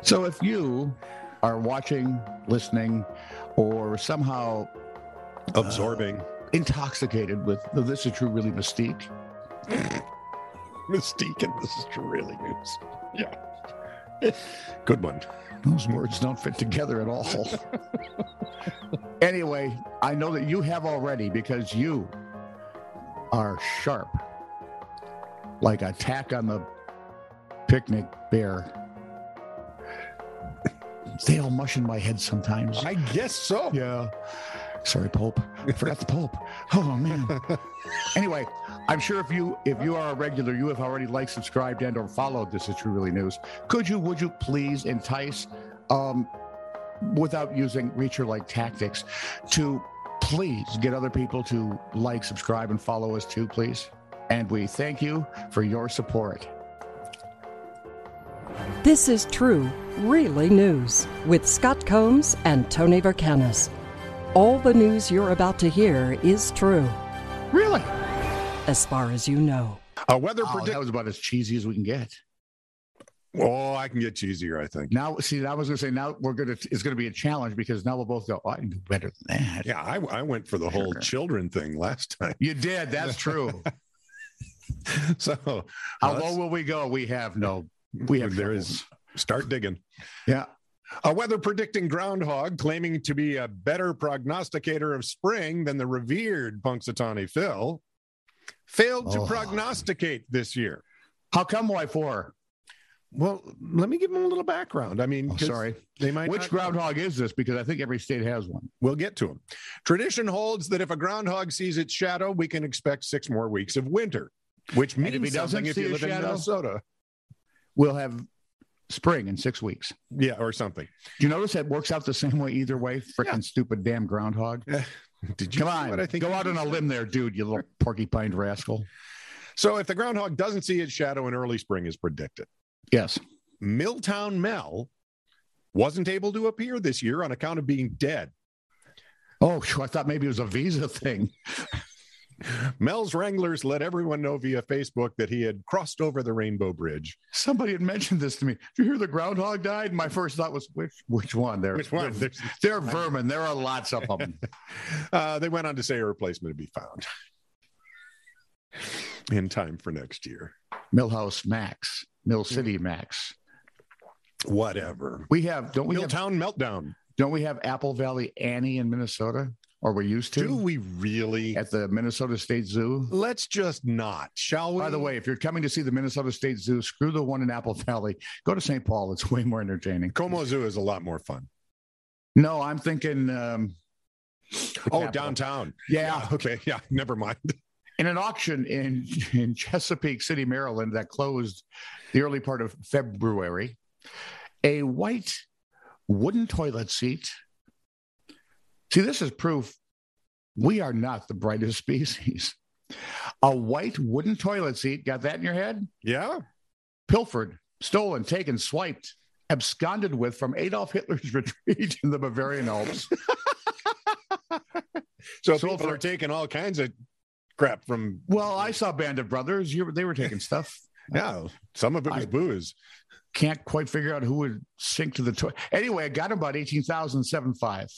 So if you are watching, listening, or somehow uh, Absorbing. intoxicated with the This Is True Really Mystique, Mystique and this is true really news. Yeah. Good one. those words don't fit together at all. anyway, I know that you have already because you are sharp, like a tack on the picnic bear. They all mush in my head sometimes. I guess so. Yeah. Sorry, Pope. I forgot the Pope. Oh man. anyway, I'm sure if you if you are a regular, you have already liked, subscribed, and or followed this is true really news. Could you, would you please entice um without using reacher like tactics to please get other people to like, subscribe, and follow us too, please? And we thank you for your support. This is True, Really News with Scott Combs and Tony Vercanis. All the news you're about to hear is true, Really? as far as you know. A weather Oh, that predict. was about as cheesy as we can get. Oh, I can get cheesier, I think. Now, see, I was going to say now we're going to it's going to be a challenge because now we'll both go. Oh, I can do better than that. Yeah, I, I went for the whole Sure. children thing last time. You did. That's true. So How let's low will we go? We have no. We have There there is- is start digging. Yeah. A weather predicting groundhog claiming to be a better prognosticator of spring than the revered Punxsutawney Phil failed to Oh. prognosticate this year. How come? Why for? Well, let me give them a little background. I mean, Oh, 'cause sorry. they might Which not- groundhog is this? Because I think every state has one. We'll get to them. Tradition holds that if a groundhog sees its shadow, we can expect six more weeks of winter, which And if means he doesn't something if see you a live in shadow? Minnesota. We'll have spring in six weeks. Yeah, or something. Do you notice that works out the same way either way? Freaking Yeah. stupid damn groundhog. Did you Come see on. what I think go you out on a said? limb there, dude, you little porcupine rascal. So if the groundhog doesn't see its shadow in early spring is predicted. Yes. Milltown Mel wasn't able to appear this year on account of being dead. Oh, phew, I thought maybe it was a visa thing. Mel's wranglers let everyone know via Facebook that he had crossed over the Rainbow Bridge. Somebody had mentioned this to me. Did you hear the groundhog died? And my first thought was, which which one? There, Which one? They're, they're vermin. There are lots of them. Uh, they went on to say a replacement would be found in time for next year. Millhouse Max, Mill City Max. Whatever. We have don't we have Milltown Meltdown. don't we have Apple Valley Annie in Minnesota? Or we used Do to we really? at the Minnesota State Zoo. Let's just not, shall we? By the way, if you're coming to see the Minnesota State Zoo, screw the one in Apple Valley. Go to St. Paul. It's way more entertaining. Como Zoo is a lot more fun. No, I'm thinking. Um, Oh, Capital. downtown. Yeah, Okay. Yeah. Never mind. in an auction in in Chesapeake City, Maryland, that closed the early part of February, a white wooden toilet seat. See, this is proof we are not the brightest species. A white wooden toilet seat, got that in your head? Yeah. Pilfered, stolen, taken, swiped, absconded with from Adolf Hitler's retreat in the Bavarian Alps. So, So people far- are taking all kinds of crap from Well, I saw Band of Brothers. You, were- they were taking stuff. yeah. Some of it was I- booze. can't quite figure out who would sink to the toilet. Anyway, I got him about eighteen thousand seven five.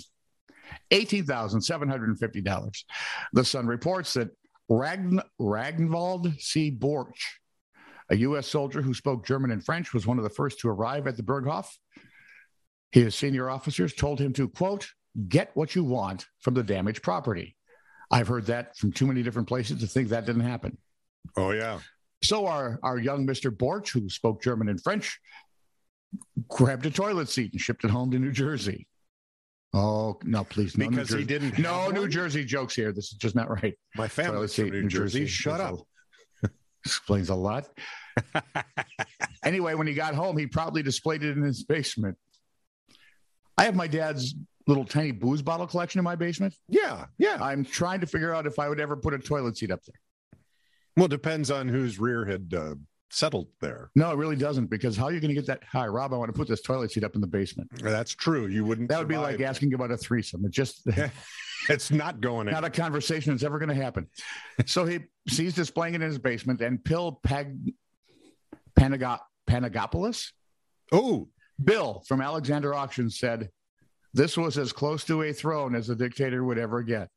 Eighteen thousand seven hundred and fifty dollars. The Sun reports that Ragn- Ragnvald C. Borch, a U.S. soldier who spoke German and French, was one of the first to arrive at the Berghof. His senior officers told him to quote, "Get what you want from the damaged property." I've heard that from too many different places to think that didn't happen. Oh yeah. So our, our young Mr. Borch, who spoke German and French, grabbed a toilet seat and shipped it home to New Jersey. Oh no, please, no, because New he Jersey. didn't. No have New one? Jersey jokes here. This is just not right. My Toilet family's seat from New Jersey. Shut is up. a- explains a lot. anyway, when he got home, he proudly displayed it in his basement. I have my dad's little tiny booze bottle collection in my basement. Yeah. Yeah. I'm trying to figure out if I would ever put a toilet seat up there. Well, depends on whose rear had uh, settled there. No, it really doesn't, because how are you going to get that? Hi, Rob. I want to put this toilet seat up in the basement. That's true. You wouldn't. That would be like survive. asking about a threesome. It just it's not going. not in. a conversation that's ever going to happen. So he sees displaying it in his basement, and Pill Pag Panago- Panagopoulos Oh, Bill from Alexander Auction said, This was as close to a throne as a dictator would ever get.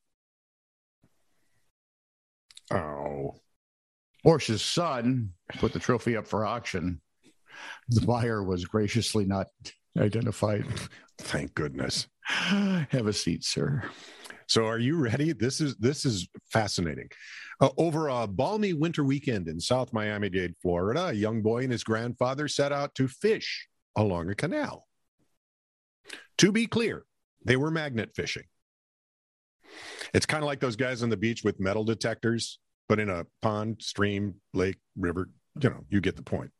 Oh, Porsche's son put the trophy up for auction. The buyer was graciously not identified. thank goodness. Have a seat, sir. So are you ready? This is this is fascinating. Uh, over a balmy winter weekend in South Miami-Dade, Florida, a young boy and his grandfather set out to fish along a canal. To be clear, they were magnet fishing. It's kind of like those guys on the beach with metal detectors, but in a pond, stream, lake, river, you know, you get the point.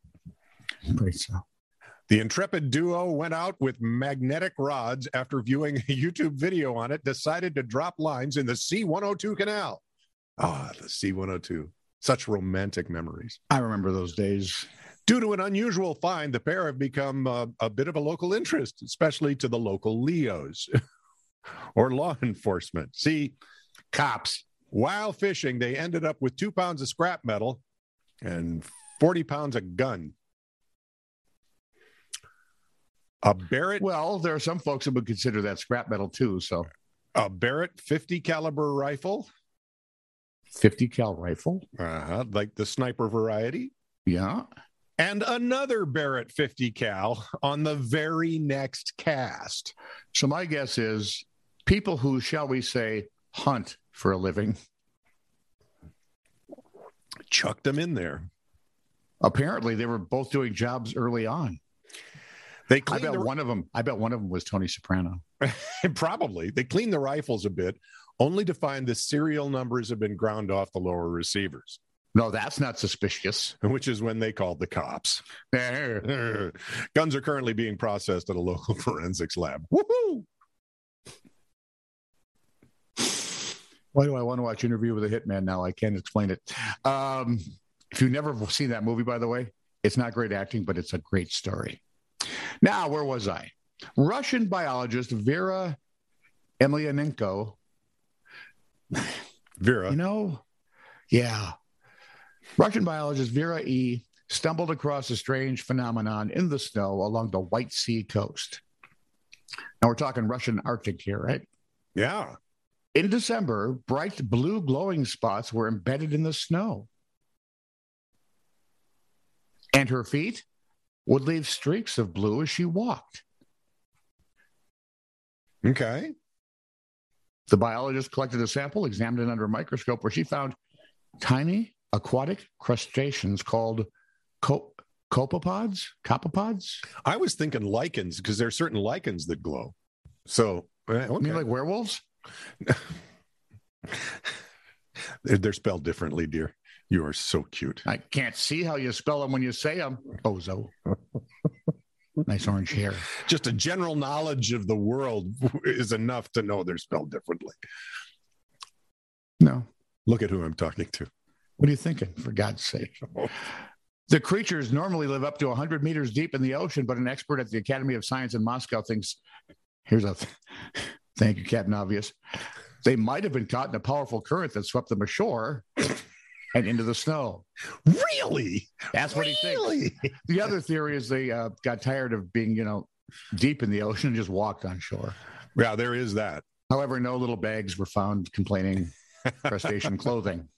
so. The intrepid duo went out with magnetic rods after viewing a YouTube video on it, decided to drop lines in the C 102 canal. Ah, the C 102. Such romantic memories. I remember those days. Due to an unusual find, the pair have become uh, a bit of a local interest, especially to the local Leos or law enforcement. See, Cops. while fishing, they ended up with two pounds of scrap metal and 40 pounds of gun. A Barrett Well, there are some folks that would consider that scrap metal too. So, a Barrett 50 caliber rifle, 50 cal rifle. uh-huh, like the sniper variety, Yeah. and another Barrett 50 cal on the very next cast. So, my guess is people who, shall we say, hunt for a living Chucked them in there. apparently they were both doing jobs early on. They I cleaned bet the, one of them. I bet one of them was Tony Soprano. probably they cleaned the rifles a bit, only to find the serial numbers have been ground off the lower receivers, No, that's not suspicious. which is when they called the cops. Eh. Guns are currently being processed at a local forensics lab. Woohoo! Why do I want to watch Interview with a Hitman now? I can't explain it. Um, if you've never seen that movie, by the way, it's not great acting, but it's a great story. Now, where was I? Russian biologist Vera Emelianenko. Vera, You know, yeah. Russian biologist Vera E. stumbled across a strange phenomenon in the snow along the White Sea coast. Now we're talking Russian Arctic here, right? yeah, In December, bright blue glowing spots were embedded in the snow. And her feet would leave streaks of blue as she walked. okay. The biologist collected a sample, examined it under a microscope, where she found tiny aquatic crustaceans called co- copepods. Copepods? I was thinking lichens because there are certain lichens that glow. So eh, I mean, okay. like werewolves? they're, they're spelled differently, dear. You are so cute. I can't see how you spell them when you say them. Bozo. nice orange hair. Just a general knowledge of the world is enough to know they're spelled differently. No. Look at who I'm talking to. What are you thinking, for God's sake? The creatures normally live up to 100 meters deep in the ocean, but an expert at the Academy of Science in Moscow thinks here's a th- thank you, Captain Obvious. They might have been caught in a powerful current that swept them ashore and into the snow. Really? That's what he thinks. Really? The other theory is they uh, got tired of being, you know, deep in the ocean and just walked on shore. Yeah, there is that. However, no little bags were found complaining crustacean clothing.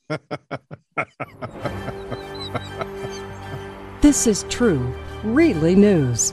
This is true, really news.